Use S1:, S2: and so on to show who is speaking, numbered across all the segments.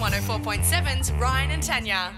S1: 104.7's Ryan and Tanya.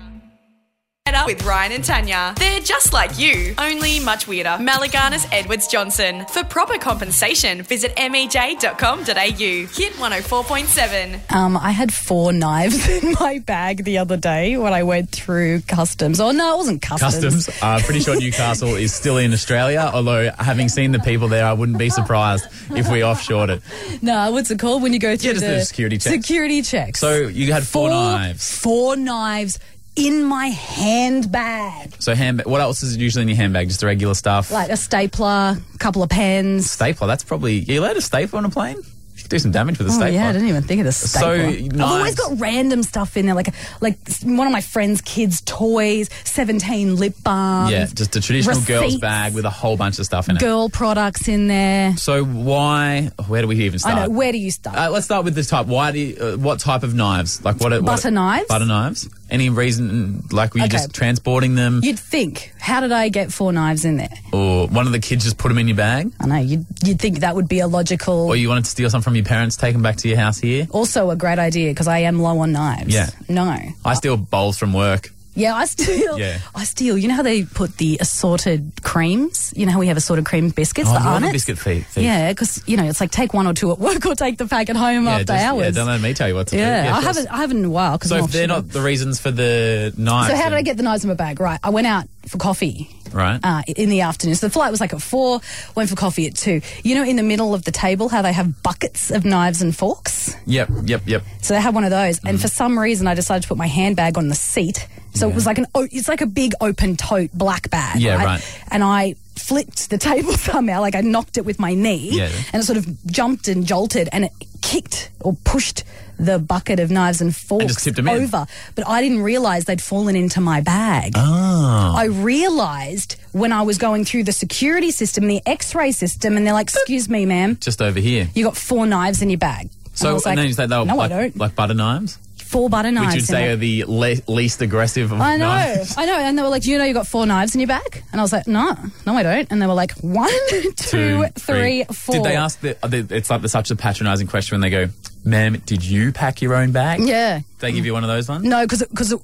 S1: Head up with Ryan and Tanya. They're just like you, only much weirder. Malagana's Edwards Johnson. For proper compensation, visit E mej.com.au. Hit 104.7.
S2: Um, I had four knives in my bag the other day when I went through customs. Oh no, it wasn't customs.
S3: Customs. Uh, pretty sure Newcastle is still in Australia, although having seen the people there, I wouldn't be surprised if we offshored it.
S2: No, what's it called when you go through
S3: just
S2: the
S3: the security checks.
S2: Security checks.
S3: So you had four,
S2: four
S3: knives.
S2: Four knives in my handbag,
S3: So handbag. What else is usually in your handbag? Just the regular stuff.
S2: like a stapler, couple of pens.
S3: stapler. That's probably. You allowed a stapler on a plane? You could do some damage with a
S2: Oh
S3: stapler.
S2: yeah, I didn't even think of the stapler. I've always
S3: knives.
S2: got random stuff in there, like like one of my friend's kids' toys, seventeen lip balms,
S3: yeah, just a traditional girl's
S2: um, receipts.
S3: bag with a whole bunch of stuff in it.
S2: girl products in there.
S3: So why? Where do we even start?
S2: I know. Where do you start?
S3: Uh, let's start with the type. Why do you, uh, what type of knives? Like what? what-
S2: Butter knives?
S3: Butter knives. Any reason? Like were you
S2: Okay.
S3: just transporting them,
S2: You'd think, how did I get four knives in there?
S3: or one of the kids just put them in your bag,
S2: I know you'd, you'd think that would be a logical,
S3: or you wanted to steal some from your parents, take them back to your house here?
S2: also a great idea because I am low on knives.
S3: Yeah.
S2: No.
S3: I steal bowls from work.
S2: Yeah, I steal.
S3: Yeah.
S2: I steal. You know how they put the assorted creams? You know how we have assorted cream biscuits,
S3: Oh,
S2: the
S3: you're the
S2: Arnott's?
S3: biscuit thief. thief.
S2: Yeah, because you know it's like take one or two at work or take the pack at home
S3: Yeah,
S2: after
S3: just- Yeah,
S2: hours.
S3: don't let me tell you what to do.
S2: Yeah, I
S3: of course.
S2: haven't. I haven't in a while. 'cause
S3: So
S2: I'm
S3: if
S2: off
S3: they're
S2: sugar.
S3: not the reasons for the knives,
S2: So how did
S3: then-
S2: I get the knives in my bag? Right, I went out for coffee.
S3: Right.
S2: Uh, in the afternoon. So the flight was like at four, went for coffee at two. You know, in the middle of the table, how they have buckets of knives and forks?
S3: Yep, yep, yep.
S2: So they had one of those.
S3: Mm.
S2: And for some reason, I decided to put my handbag on the seat. So it was like an, o- it's like a big open tote black bag.
S3: Yeah, right.
S2: And I flipped the table somehow, like I knocked it with my knee
S3: Yeah.
S2: and it sort of jumped and jolted and it kicked or pushed the bucket of knives and forks
S3: just tipped 'em in.
S2: over. But I didn't realize they'd fallen into my bag.
S3: Ah.
S2: I realized when I was going through the security system, the x ray system, and they're like, Excuse me, ma'am,
S3: Just over here.
S2: you got four knives in your bag. and, I
S3: So
S2: was like,
S3: and then you say they were
S2: No,
S3: like,
S2: I don't.
S3: like butter knives,
S2: four butter
S3: which
S2: knives.
S3: you'd say
S2: in
S3: are
S2: my-
S3: the le- least aggressive of
S2: I know,
S3: knives.
S2: I know. And they were like, "Do you know you got four knives in your bag?" And I was like, "No, no, I don't." And they were like, "One, two, three, four."
S3: Did they ask? The, are they- it's like the, such a patronising question when they go, "Ma'am, did you pack your own bag?"
S2: Yeah.
S3: They give you one of those ones.
S2: No, because because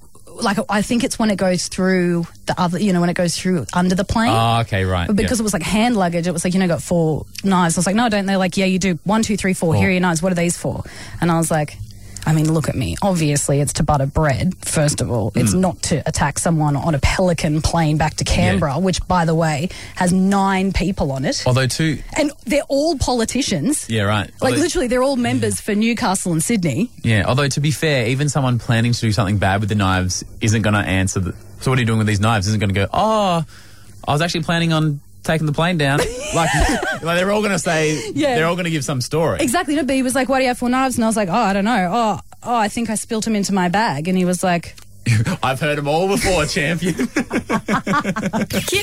S2: like I think it's when it goes through the other, you know, when it goes through under the plane.
S3: Oh, okay, right.
S2: But because
S3: yeah.
S2: it was like hand luggage, it was like, you know, got four knives. I was like, no, I don't. They're like, yeah, you do. One, two, three, four. Here are your knives. What are these for? And I was like, I mean, look at me. Obviously, it's to butter bread, first of all.
S3: Mm.
S2: It's not to attack someone on a pelican plane back to Canberra, which, by the way, has nine people on it.
S3: although two,
S2: And they're all politicians.
S3: Oh. yeah, right.
S2: Like,
S3: although,
S2: literally, they're all members for Newcastle and Sydney.
S3: yeah. Although to be fair, even someone planning to do something bad with the knives isn't going to answer. The, so what are you doing with these knives? Isn't going to go. Oh, I was actually planning on taking the plane down. like, like they're all going to say.
S2: Yeah.
S3: They're all going to give some story.
S2: Exactly. No, but he was like, why do you have four knives? And I was like, oh, I don't know. Oh, oh, I think I spilt them into my bag. And he was like,
S3: I've heard them all before, champion.
S1: Hit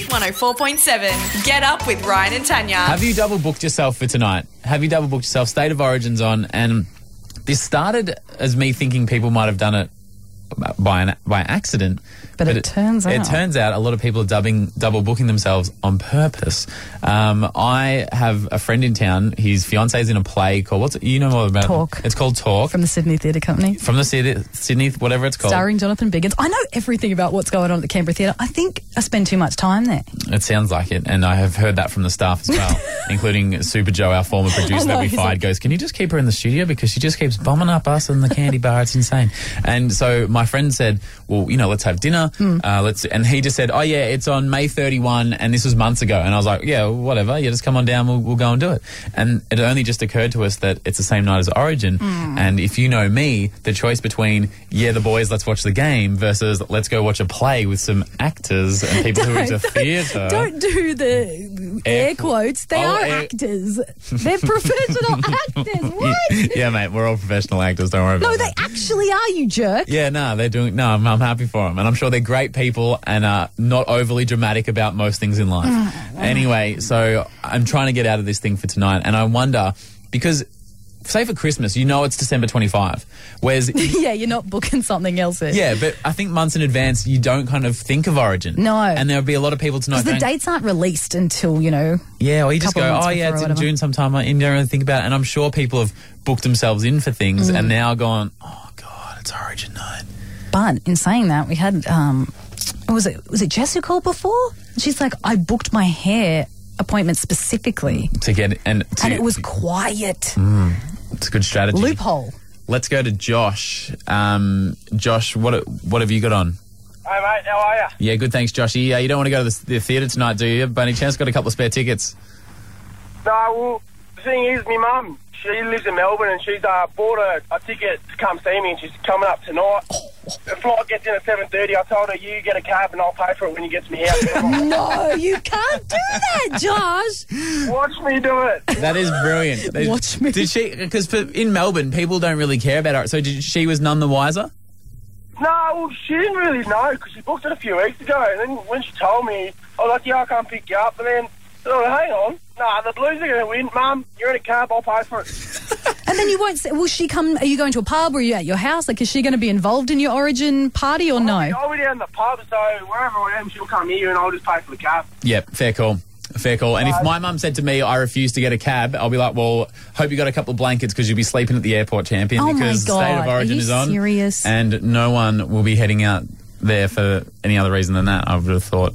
S1: 104.7. Get up with Ryan and Tanya.
S3: Have you double booked yourself for tonight? Have you double booked yourself? State of Origin's on, and this started as me thinking people might have done it by an, by accident.
S2: But it turns
S3: it
S2: out-
S3: turns out a lot of people are dubbing double booking themselves on purpose. Um, I have a friend in town. His fiance's in a play called what's it, you know more about it?
S2: Talk.
S3: It's called Talk
S2: from the Sydney Theatre Company.
S3: from the Sydney, Sydney whatever it's called.
S2: starring Jonathan Biggins. I know everything about what's going on at the Canberra Theatre. I think I spend too much time there.
S3: It sounds like it, and I have heard that from the staff as well, including Super Joe, our former producer that we
S2: he's
S3: fired, goes, "Can you just keep her in the studio because she just keeps bombing up us and the candy bar? It's insane." And so my friend said, "Well, you know, let's have dinner. Uh, let's." And he just said, "Oh yeah, it's on May 31, and this was months ago." And I was like, "Yeah, whatever. Yeah, just come on down. We'll, we'll go and do it." And it only just occurred to us that it's the same night as Origin, and if you know me, the choice between yeah, the boys, let's watch the game versus let's go watch a play with some actors and people who are into theatre.
S2: Don't do the air,
S3: Oh. Air qu-
S2: quotes. They
S3: Oh,
S2: are
S3: air-
S2: actors. They're professional actors. What?
S3: yeah, mate, we're all professional actors. Don't worry about
S2: No,
S3: it.
S2: they actually are. You jerk.
S3: Yeah, no, they're doing. No, I'm, I'm happy for them, and I'm sure they're great people and are not overly dramatic about most things in life.
S2: Ah,
S3: anyway, so I'm trying to get out of this thing for tonight, and I wonder because, say for Christmas, you know it's December 25, whereas.
S2: Yeah, you're not booking something else. there.
S3: Yeah, but I think months in advance you don't kind of think of Origin.
S2: No.
S3: and there will be a lot of people tonight.
S2: 'Cause the
S3: going,
S2: dates aren't released until you know.
S3: Yeah, or you just
S2: couple of
S3: go,
S2: months
S3: oh yeah,
S2: before
S3: it's
S2: or
S3: in
S2: whatever."
S3: June sometime, and you don't really
S2: Mm.
S3: think about it. And I'm sure people have booked themselves in for things and now gone, oh god, it's Origin night.
S2: But in saying that, we had um, what was it was it Jessica called before? She's like, I booked my hair appointment specifically,
S3: to get and, to,
S2: and it was quiet
S3: Mm. it's a good strategy.
S2: loophole.
S3: Let's go to Josh. Um, Josh, what what have you got on?
S4: Hey mate, how are you?
S3: Yeah, good. Thanks, Joshy. Uh, you don't want to go to the, the theatre tonight, do you? By any chance, got a couple of spare tickets?
S4: No, well, the thing is, my mum, she lives in Melbourne and she's uh, bought a, a ticket to come see me, and she's coming up tonight. The flight gets in at seven thirty. I told her you get a cab and I'll pay for it when you get to me house.
S2: No, you can't do that, Josh.
S4: Watch me do it.
S3: That is brilliant. They-
S2: Watch me.
S3: Did she? Because in Melbourne, people don't really care about her. So did, she was none the wiser.
S4: No, well, she didn't really know because she booked it a few weeks ago, and then when she told me, I was like, "Yeah, I can't pick you up," and then. I thought, hang on. Nah, the Blues are going to win. Mum, you're in a cab. I'll pay for it.
S2: And then you won't. Say, will she come? Are you going to a pub? Or are you at your house? Like, is she going to be involved in your origin party or no?
S4: I'll be down in the pub, so wherever I am, she'll come here and I'll just pay for the cab.
S3: Yep. Fair call. Fair call. And if my mum said to me, I refuse to get a cab, I'll be like, well, hope you got a couple of blankets because you'll be sleeping at the airport, champion,
S2: Oh my
S3: because the state
S2: God.
S3: of
S2: Are
S3: origin
S2: you
S3: is on.
S2: serious?
S3: And no one will be heading out there for any other reason than that, I would have thought.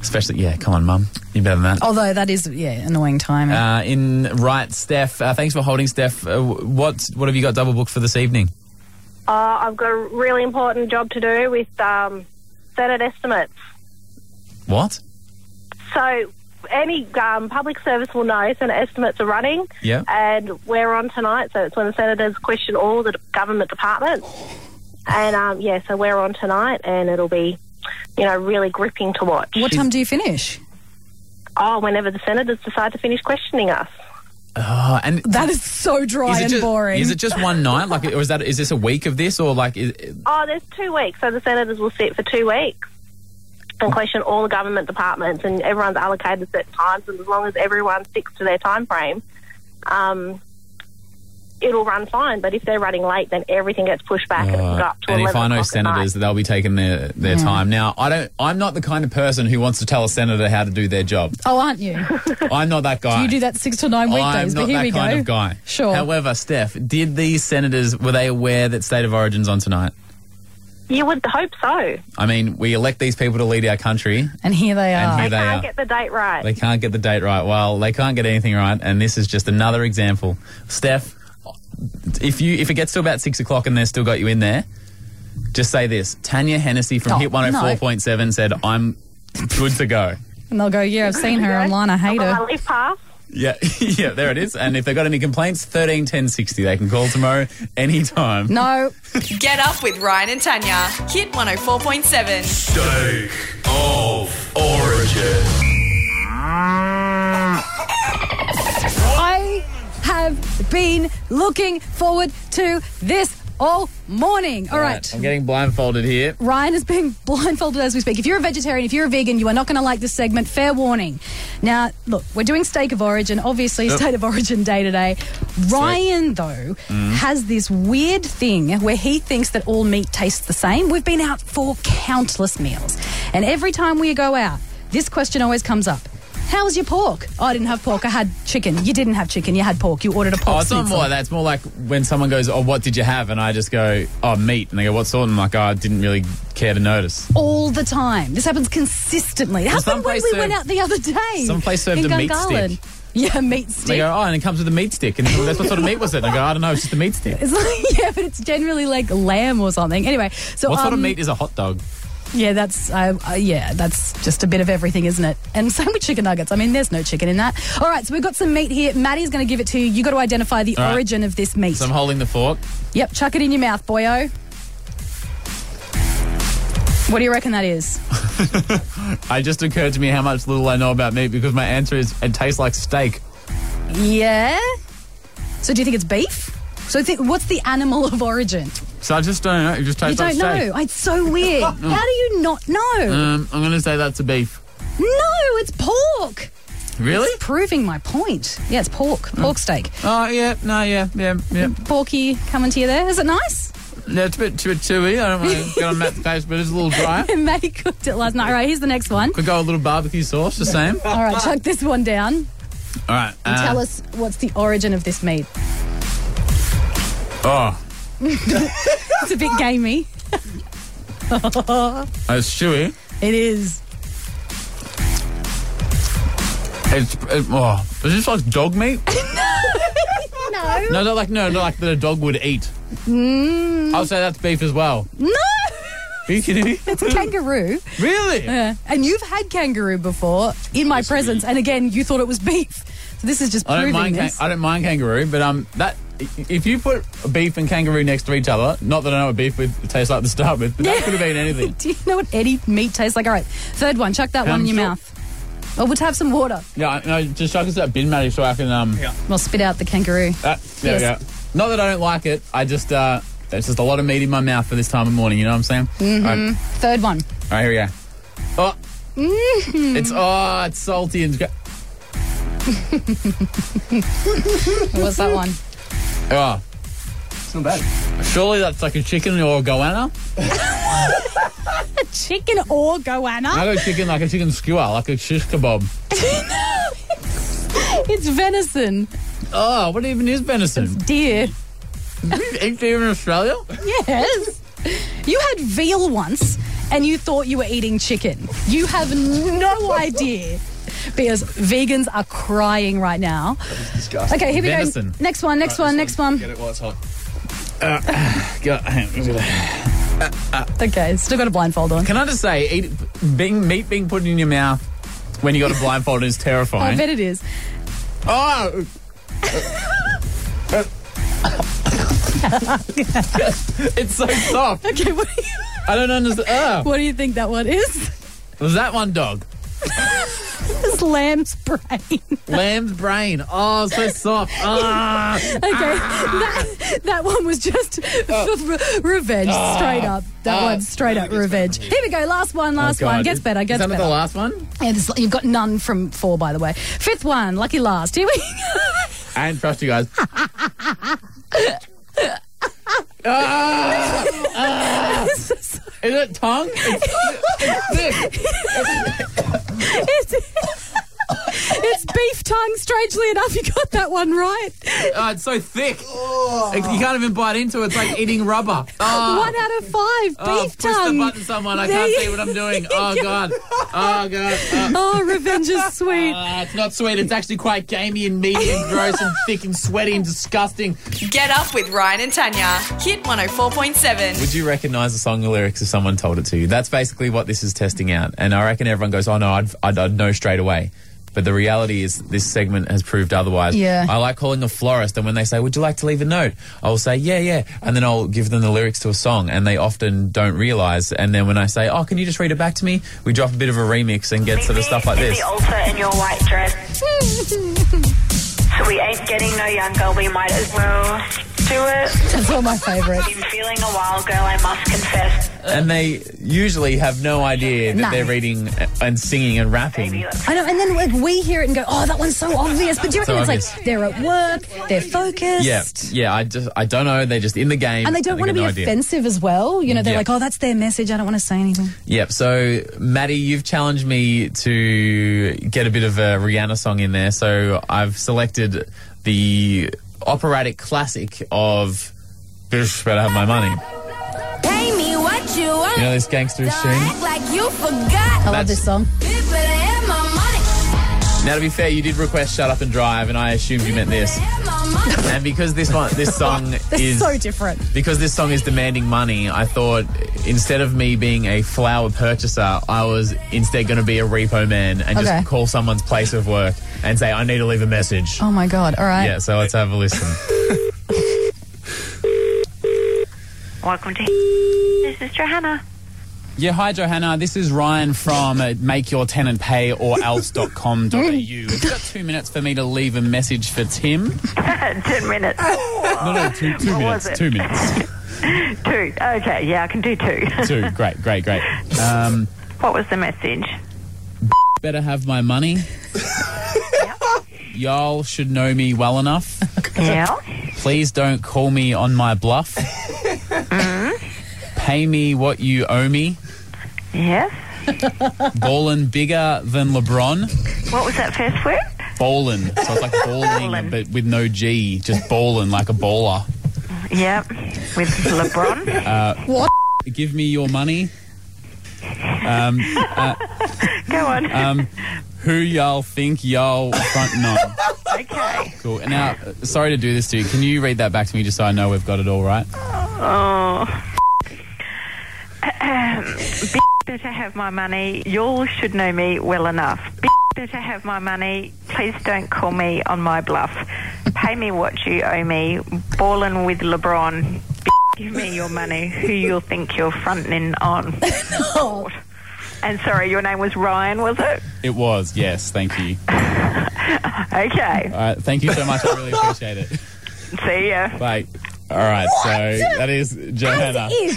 S3: Especially, yeah, come on, mum. You're better than that.
S2: Although that is, yeah, annoying timing.
S3: Uh, in right, Steph. Uh, thanks for holding, Steph. Uh, wh- what what have you got double booked for this evening?
S5: Uh, I've got a really important job to do with um, Senate estimates.
S3: What?
S5: So any um, public service will know Senate estimates are running.
S3: Yeah.
S5: And we're on tonight, so it's when the senators question all the government departments. And um, yeah, so we're on tonight, and it'll be, you know, really gripping to watch.
S2: what time do you finish?
S5: Oh, whenever the senators decide to finish questioning us.
S3: Uh, and
S2: That is so dry
S3: is it
S2: and
S3: just,
S2: boring.
S3: Is it just one night? Like, or is that is this a week of this, or like? Is,
S5: Oh, there's two weeks, so the senators will sit for two weeks and question all the government departments, and everyone's allocated set times, and as long as everyone sticks to their time frame, um, it'll run fine. But if they're running late, then everything gets pushed back and it's
S3: Uh,
S5: up to
S3: and
S5: 11
S3: if I know
S5: o'clock at night.
S3: senators, they'll be taking their, their time. Now, I don't. I'm not the kind of person who wants to tell a senator how to do their job.
S2: oh, aren't you?
S3: I'm not that guy.
S2: You do that six to nine
S3: I'm
S2: weekdays,
S3: not
S2: but here
S3: that
S2: we
S3: kind
S2: go.
S3: of guy.
S2: Sure.
S3: However, Steph, did these senators were they aware that State of Origin's on tonight?
S5: you would hope so.
S3: I mean, we elect these people to lead our country.
S2: and here they are.
S3: And here
S5: They,
S3: they
S5: can't
S3: are.
S5: get the date right.
S3: They can't get the date right. Well, they can't get anything right, and this is just another example. Steph, if you if it gets to about six o'clock and they've still got you in there, just say this: Tanya Hennessy from
S2: Oh,
S3: Hit One Hundred Four Point Seven said, "I'm good to go."
S2: and they'll go, yeah, I've seen her online. I hate
S5: I've got
S2: her.
S5: my leave pass.
S3: Yeah, yeah, there it is. And if they've got any complaints, thirteen ten sixty, they can call tomorrow anytime.
S2: No,
S1: Get up with Ryan and Tanya. oh Hit 104.7.
S6: State of Origin.
S2: I have been looking forward to this all morning. All right.
S3: I'm getting blindfolded here.
S2: Ryan is being blindfolded as we speak. If you're a vegetarian, if you're a vegan, you are not going to like this segment. Fair warning. Now, look, we're doing steak of origin, obviously, state of origin day today. Ryan, though,
S3: Mm-hmm.
S2: has this weird thing where he thinks that all meat tastes the same. We've been out for countless meals. And every time we go out, this question always comes up. How was your pork? Oh, I didn't have pork. I had chicken. You didn't have chicken. You had pork. You ordered a pork.
S3: Oh, it's not
S2: schnitzel."
S3: more. That's more like when someone goes, "Oh, what did you have?" and I just go, "Oh, meat," and they go, "What sort?" and I'm like, oh, "I didn't really care to notice."
S2: all the time. This happens consistently. It
S3: some
S2: happened when
S3: place
S2: we
S3: served-
S2: went out the other day.
S3: some place served
S2: in
S3: a meat
S2: Gungahlin.
S3: stick.
S2: Yeah, meat
S3: They
S2: stick.
S3: go, oh, and it comes with a meat stick. And that's what sort of meat was it? And I go, I don't know, it's just a meat stick.
S2: It's like, yeah, but it's generally like lamb or something. Anyway, so
S3: What sort of
S2: um,
S3: meat is a hot dog?
S2: Yeah, that's uh, uh, yeah, that's just a bit of everything, isn't it? And same with chicken nuggets. I mean, there's no chicken in that. All right, so we've got some meat here. Maddie's going to give it to you. You got to identify the
S3: All right.
S2: origin of this meat.
S3: So I'm holding the fork.
S2: Yep, chuck it in your mouth, boyo. What do you reckon that is?
S3: It just occurred to me how much little I know about meat because my answer is it tastes like steak.
S2: Yeah. So do you think it's beef? So think, what's the animal of origin?
S3: So I just don't know. It just
S2: You
S3: tastes
S2: don't
S3: like steak.
S2: know. It's so weird. How do you not know?
S3: Um, I'm going to say that's a beef.
S2: No, it's pork.
S3: Really?
S2: It's proving my point. Yeah, it's pork. Pork steak.
S3: Oh, yeah. No, yeah. Yeah. Yeah.
S2: Porky coming to you there. Is it nice?
S3: yeah it's a bit too chewy. I don't want to get on Matt's face, but it's a little dry.
S2: Maddie cooked it last night. All right, here's the next one.
S3: Could go a little barbecue sauce, the same. All
S2: All right, chuck this one down.
S3: right. uh,
S2: Tell us what's the origin of this meat.
S3: Oh,
S2: It's a bit gamey.
S3: oh, It's chewy.
S2: It is.
S3: It's it, oh, is this like dog meat? no. No, not like no, not like that a dog would eat.
S2: Hmm.
S3: I'll say that's beef as well.
S2: No!
S3: Are you kidding me?
S2: It's a kangaroo.
S3: really?
S2: Yeah. And you've had kangaroo before in my presence, and again, you thought it was beef. So this is just
S3: I don't
S2: proving
S3: mind. Can-
S2: this.
S3: I don't mind kangaroo, but um, that if you put beef and kangaroo next to each other, not that I know what beef would taste like to start with, but that could have been anything.
S2: Do you know what any meat tastes like? All right, third one. Chuck that one in your
S3: Hamster.
S2: mouth. Oh, we'll have some water.
S3: Yeah, I- no, just chuck us that bin, Maddie, so I can um. Yeah.
S2: We'll spit out the kangaroo.
S3: That, there
S2: Yes.
S3: we go. Not that I don't like it. I just uh, there's just a lot of meat in my mouth for this time of morning. You know what I'm saying?
S2: Mm-hmm.
S3: All right.
S2: Third one.
S3: All right, here we go. Oh,
S2: Mm-hmm.
S3: it's oh, it's salty and gra-
S2: What's that one?
S3: oh,
S7: It's not bad.
S3: surely that's like a chicken or a goanna.
S2: Chicken or goanna?
S3: I go chicken like a chicken skewer, like a shish kebab.
S2: It's venison.
S3: Oh, what even is venison?
S2: Dear.
S3: Do you eat deer in Australia?
S2: Yes. You had veal once and you thought you were eating chicken. You have no idea. Because vegans are crying right now.
S7: Disgusting.
S2: Okay, here we
S3: Venison.
S2: go. Next one, next one, next
S7: Get
S2: one.
S7: it while it's hot.
S3: Go-
S2: Okay, still got a blindfold on.
S3: Can I just say, eat, being meat being put in your mouth when you got a blindfold is
S2: I
S3: terrifying.
S2: bet it is.
S3: Oh, Oh! it's so soft.
S2: Okay, what do you,
S3: I don't understand.
S2: what do you think that one is?
S3: Oh, was that one dog?
S2: It's lamb's brain.
S3: Lamb's brain. Oh, so soft. Ah.
S2: Okay, that, that one was just f- re- revenge, straight up. That
S3: Ah.
S2: one, straight up revenge. Here we go, last one, last one.
S3: Oh, God.
S2: Gets better,
S3: Is
S2: gets
S3: that not
S2: better.
S3: the last one?
S2: Yeah, this, you've got none from four, by the way. Fifth one, lucky last. Here we
S3: I didn't trust you guys. Ah! Ah! Is it tongue? It's, it's thick.
S2: it's, it's beef tongue. Strangely enough, you got that one right.
S3: Oh, it's so thick. It- you can't even bite into it. It's like eating rubber.
S8: Ah.
S3: Oh,
S2: One out of five,
S3: oh,
S2: beef
S3: push
S2: tongue.
S3: the button, someone. I
S2: There
S3: can't
S2: you-
S3: see what I'm doing. Oh, God. Oh, God. Oh.
S2: Oh, revenge is sweet.
S3: Ah, it's not sweet. It's actually quite gamey and meaty and gross and thick and sweaty and disgusting.
S1: Get up with Ryan and Tanya. oh Hit 104.7.
S3: Would you recognise the song lyrics if someone told it to you? That's basically what this is testing out. And I reckon everyone goes, oh no, I'd, I'd, I'd know straight away. But the reality is, this segment has proved otherwise.
S2: Yeah.
S3: I like calling a florist, and when they say, Would you like to leave a note? I'll say, Yeah, yeah. And then I'll give them the lyrics to a song, and they often don't realize. And then when I say, Oh, can you just read it back to me? We drop a bit of a remix and get sort of stuff like
S9: Meet me
S3: this.
S9: At the altar in your white dress. so we ain't getting no younger. We might as well do it.
S2: That's one of my favourites.
S9: Been feeling a while, girl. I must confess.
S3: And they usually have no idea that
S2: No.
S3: they're reading and singing and rapping.
S9: Baby, let's
S2: I know, and then like, we hear it and go, oh, that one's so obvious. But do you reckon
S3: So
S2: it's
S3: obvious.
S2: like they're at work, they're focused?
S3: Yeah, yeah. I just, I don't know. They're just in the game,
S2: And they don't want to be
S3: got no idea.
S2: offensive as well. You know, they're
S3: Yeah.
S2: like, oh, that's their message. I don't want to say anything.
S3: Yep. So, Maddie, you've challenged me to get a bit of a Rihanna song in there. So, I've selected the operatic classic of Bitch Better Have My Money.
S8: Pay me what you want.
S3: You know this gangster
S8: Don't
S3: shit.
S8: act like you forgot.
S2: I love
S3: That's-
S2: this song.
S8: Bitch, better have my money.
S3: Now, to be fair, you did request "Shut Up and Drive," and I assumed you meant this.
S8: Have my money.
S3: And because this one, this song
S2: They're
S3: is
S2: so different.
S3: because this song is demanding money, I thought instead of me being a flower purchaser, I was instead going to be a repo man and
S2: Okay.
S3: just call someone's place of work and say, I need to leave a message.
S2: Oh my god! All right.
S3: Yeah, so let's have a listen.
S9: Welcome to. This is Johanna.
S3: Yeah, hi, Johanna. This is Ryan from uh, makeyourtenantpay or else.com.au.
S9: Mm.
S3: You've got two minutes for me to leave a message for Tim.
S9: Ten minutes.
S3: No, no, two, two
S9: What
S3: minutes.
S9: was it?
S3: Two minutes.
S9: Two. Okay. Yeah, I can do two.
S3: Two. Great, great, great. Um,
S9: what was the message?
S3: better have my money. Y'all should know me well enough.
S9: Yeah.
S3: Please don't call me on my bluff. Pay me what you owe me.
S9: Yes.
S3: Ballin' bigger than LeBron.
S9: What was that first word?
S3: Ballin'. So it's like balling,
S9: Ballin'.
S3: but with no G. Just ballin' like a baller.
S9: Yeah. With LeBron.
S3: Give me your money. Um,
S9: Go on.
S3: um, who y'all think y'all fronting on?
S9: okay.
S3: Cool. And now, uh, sorry to do this to you. Can you read that back to me just so I know we've got it all right?
S9: Oh. Bitch better have my money. Y'all should know me well enough. Bitch better have my money. Please don't call me on my bluff. Pay me what you owe me. Ballin' with LeBron. Bitch, give me your money. Who you think you're frontin' on? And sorry, your name was Ryan, was it?
S3: It was, yes. Thank you. All
S9: Okay.
S3: right. Thank you so much. I really appreciate it.
S9: See ya.
S3: Bye. All right. So that is Johanna.
S2: I,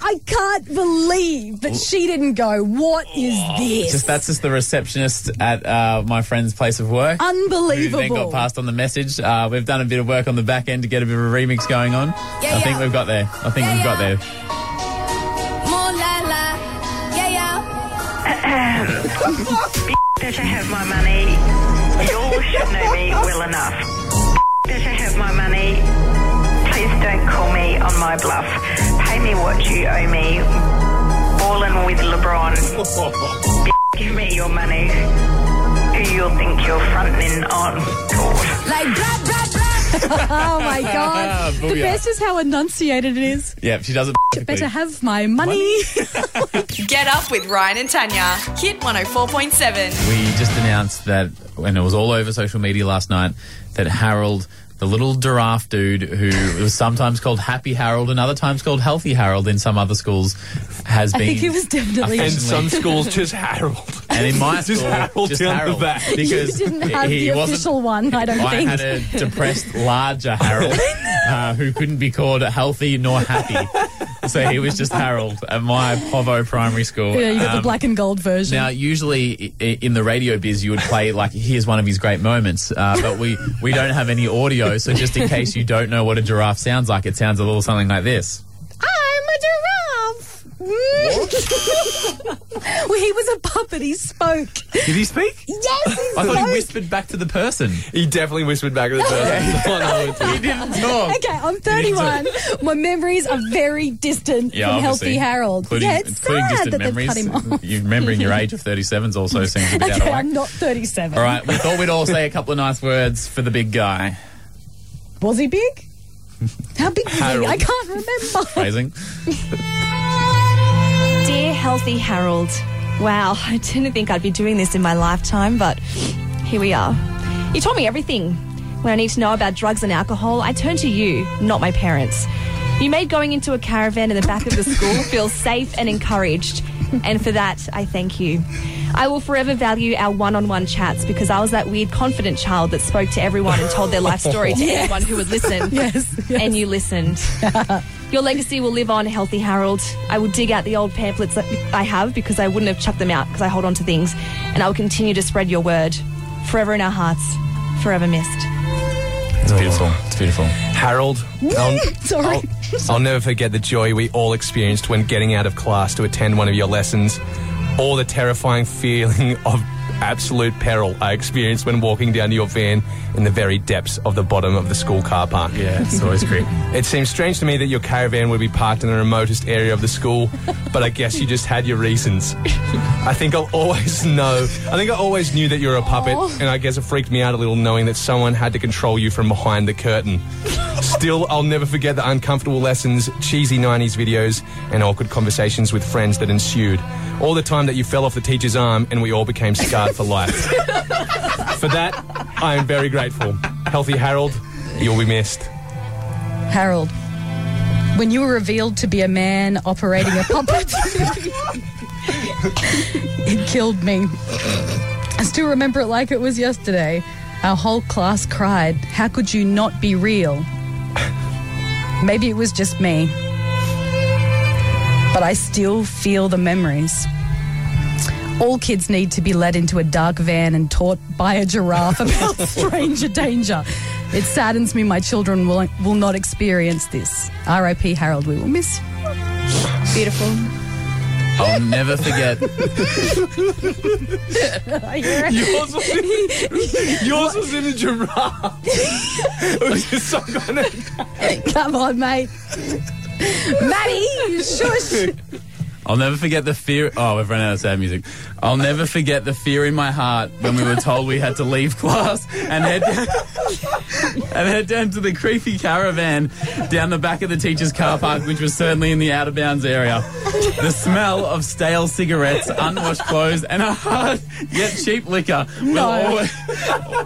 S2: I can't believe that she didn't go. What is this?
S3: Oh, Just that's just the receptionist at uh, my friend's place of work. Who
S2: Unbelievable.
S3: then got passed on the message. Uh, we've done a bit of work on the back end to get a bit of a remix going on.
S8: Yeah,
S3: I think
S8: yeah.
S3: we've got there. I think
S8: Yeah,
S3: we've got
S8: yeah.
S3: there.
S8: More la la. Yeah, yeah.
S9: Better have my money. Y'all should know me well enough. Better have my money. Please don't call me on my bluff. Pay me what you owe me. Ballin' with LeBron. Give me your money. Who you'll think you're frontin' on? God.
S8: Like blah, blah, blah.
S2: Oh my god. the
S3: Ah, Booyah.
S2: best is how enunciated it is.
S3: Yeah, she does it.
S2: Better
S3: perfectly.
S2: have my money.
S1: Get up with Ryan and Tanya. oh Hit 104.7.
S3: We just announced that, and it was all over social media last night, that Harold, the little giraffe dude who was sometimes called Happy Harold and other times called Healthy Harold in some other schools, has
S2: I
S3: been.
S2: think it was definitely.
S3: And
S10: And some
S3: some
S10: schools just Harold.
S3: and in my
S10: just
S3: school,
S10: Harold
S3: just
S10: down the
S3: Harold.
S10: back.
S3: Because
S2: You didn't have
S3: he
S2: the
S3: wasn't-
S2: official one, I don't
S3: I
S2: think.
S3: had a depressed, larger Harold uh, who couldn't be called healthy nor happy. So he was just Harold at my Povo primary school.
S2: yeah, you got the
S3: Um,
S2: black and gold version.
S3: Now, usually i- i- in the radio biz, you would play like here's one of his great moments, uh, but we we don't have any audio, so just in case you don't know what a giraffe sounds like, it sounds a little something like this.
S2: I'm a giraffe. well, he was a puppet. He spoke.
S10: Did he speak?
S2: Yes, he
S3: I thought
S2: spoke.
S3: he whispered back to the person.
S10: He definitely whispered back at the person. Oh, no, it's-
S3: He didn't talk.
S2: Okay, I'm 31. My memories are very distant from
S3: obviously.
S2: Healthy Harold.
S3: Including,
S2: yeah, it's
S3: including
S2: sad
S3: distant
S2: that
S3: memories.
S2: they've cut him off.
S3: You remembering your age of 37s also seems a bit out of
S2: Okay,
S3: whack.
S2: I'm not 37.
S3: All right, we thought we'd all say a couple of nice words for the big guy.
S2: Was he big? How big was he?
S10: Harold.
S2: I can't remember.
S3: Phrasing.
S11: Dear Healthy Harold, wow, I didn't think I'd be doing this in my lifetime, but here we are. You taught me everything. When I need to know about drugs and alcohol, I turn to you, not my parents. You made going into a caravan in the back of the school feel safe and encouraged, and for that, I thank you. I will forever value our one on one chats because I was that weird, confident child that spoke to everyone and told their life story to anyone who would listen.
S2: Yes, yes.
S11: And you listened. Your legacy will live on, Healthy Harold. I will dig out the old pamphlets that I have because I wouldn't have chucked them out because I hold on to things. And I will continue to spread your word. Forever in our hearts, forever missed.
S3: It's beautiful. It's beautiful.
S10: Harold. I'll,
S2: Sorry.
S10: I'll, I'll never forget the joy we all experienced when getting out of class to attend one of your lessons, or the terrifying feeling of absolute peril I experienced when walking down to your van in the very depths of the bottom of the school car park.
S3: Yeah, it's always great.
S10: It seems strange to me that your caravan would be parked in the remotest area of the school, but I guess you just had your reasons. I think I'll always know. I think I always knew that you were a puppet,
S11: Oh.
S10: and I guess it freaked me out a little knowing that someone had to control you from behind the curtain. Still, I'll never forget the uncomfortable lessons, cheesy 90s videos, and awkward conversations with friends that ensued. All the time that you fell off the teacher's arm and we all became scarred for life. for that, I am very grateful. Healthy Harold, you'll be missed.
S2: Harold, when you were revealed to be a man operating a puppet, it killed me. I still remember it like it was yesterday. Our whole class cried, How could you not be real? Maybe it was just me, but I still feel the memories. All kids need to be led into a dark van and taught by a giraffe about stranger danger. It saddens me my children will, will not experience this. R.I.P. Harold, we will miss. you.
S11: Beautiful.
S3: I'll never forget.
S10: Yours was in, yours was in a giraffe. it was just some kind of.
S2: Come on, mate. Maddie, shush.
S3: I'll never forget the fear. Oh, we've run out of sad music. I'll never forget the fear in my heart when we were told we had to leave class and head down, and head down to the creepy caravan down the back of the teacher's car park, which was certainly in the out of bounds area. The smell of stale cigarettes, unwashed clothes, and a hard yet cheap liquor will always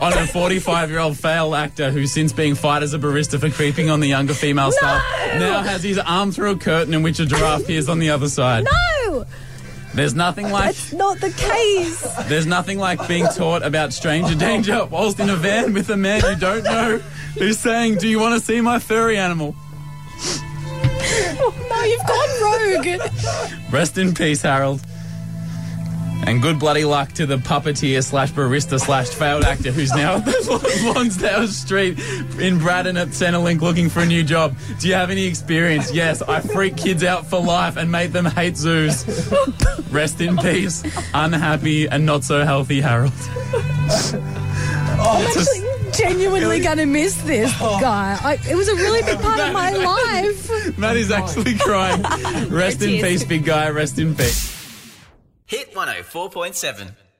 S3: on a 45 year old fail actor who, since being fired as a barista for creeping on the younger female staff, now has his arm through a curtain in which a giraffe is on the other side.
S12: No!
S3: There's nothing like
S12: That's not the case.
S3: there's nothing like being taught about stranger danger whilst in a van with a man you don't know who's saying, "Do you want to see my furry animal?"
S12: no, you've gone rogue.
S3: Rest in peace, Harold. And good bloody luck to the puppeteer slash barista slash failed actor who's now at the Lonsdale Street in Braddon at Centrelink looking for a new job. Do you have any experience? Yes, I freak kids out for life and made them hate zoos. Rest in peace, unhappy and not so healthy Harold.
S12: I'm
S3: It's a-
S12: actually genuinely going to miss this guy. I, it was a really big part of my life.
S3: Matt is actually crying. Rest in
S12: Tears.
S3: peace, big guy. Rest in peace.
S13: Hit 104.7.